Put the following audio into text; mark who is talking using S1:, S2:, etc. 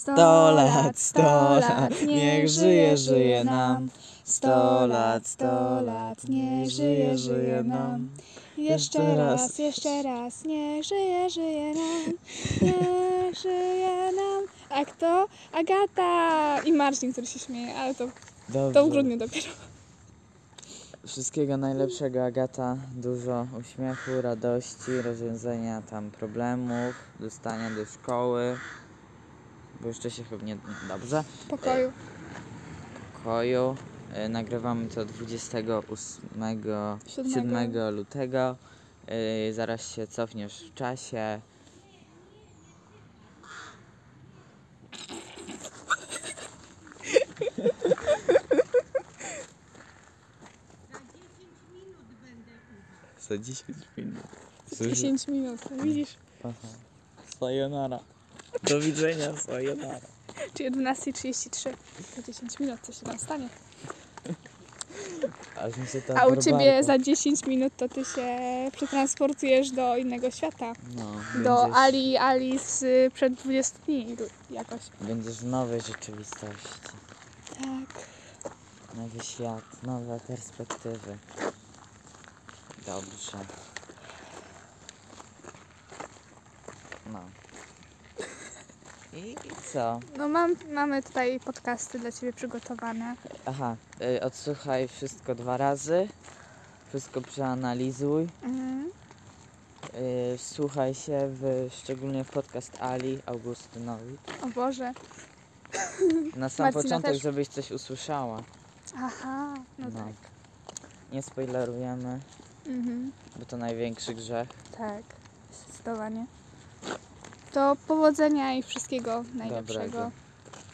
S1: Sto lat, sto lat, niech żyje, żyje nam. Sto lat, sto lat, niech żyje, żyje nam. Jeszcze raz, jeszcze raz, niech żyje, żyje nam. Niech żyje nam. A kto? Agata i Marcin, który się śmieje, ale to,
S2: Dobrze.
S1: to w grudniu dopiero.
S2: Wszystkiego najlepszego, Agata. Dużo uśmiechu, radości, rozwiązania tam problemów, dostania do szkoły. Bo jeszcze się chyba nie... Dobrze.
S1: W pokoju.
S2: Koju. E, Nagrywamy to 28
S1: Siódmego.
S2: 7 lutego. E, Zaraz się cofniesz w czasie. Za 10 minut.
S1: Za 10 minut, widzisz?
S2: Aha. Sayonara. Do widzenia, sayonara.
S1: Czyli 11.33. Za 10 minut, co się tam stanie?
S2: Aż mi się ta
S1: A u
S2: barbarka-
S1: ciebie za 10 minut to ty się przetransportujesz do innego świata.
S2: No,
S1: Do
S2: będziesz-
S1: Ali Ali z przed 20 dni jakoś.
S2: Będziesz w nowej rzeczywistości.
S1: Tak.
S2: Nowy świat, nowe perspektywy. Dobrze. No. I co?
S1: No mam, mamy tutaj podcasty dla ciebie przygotowane.
S2: Aha, y, odsłuchaj wszystko dwa razy. Wszystko przeanalizuj.
S1: Mhm.
S2: Y, wsłuchaj się w, szczególnie w podcast Ali Augustynowi.
S1: O Boże.
S2: Na sam
S1: Marcina
S2: początek,
S1: też.
S2: żebyś coś usłyszała.
S1: Aha, no,
S2: No.
S1: tak.
S2: Nie spoilerujemy,
S1: Mhm.
S2: bo to największy grzech.
S1: Tak, zdecydowanie. To powodzenia i wszystkiego najlepszego.
S2: Dobrego.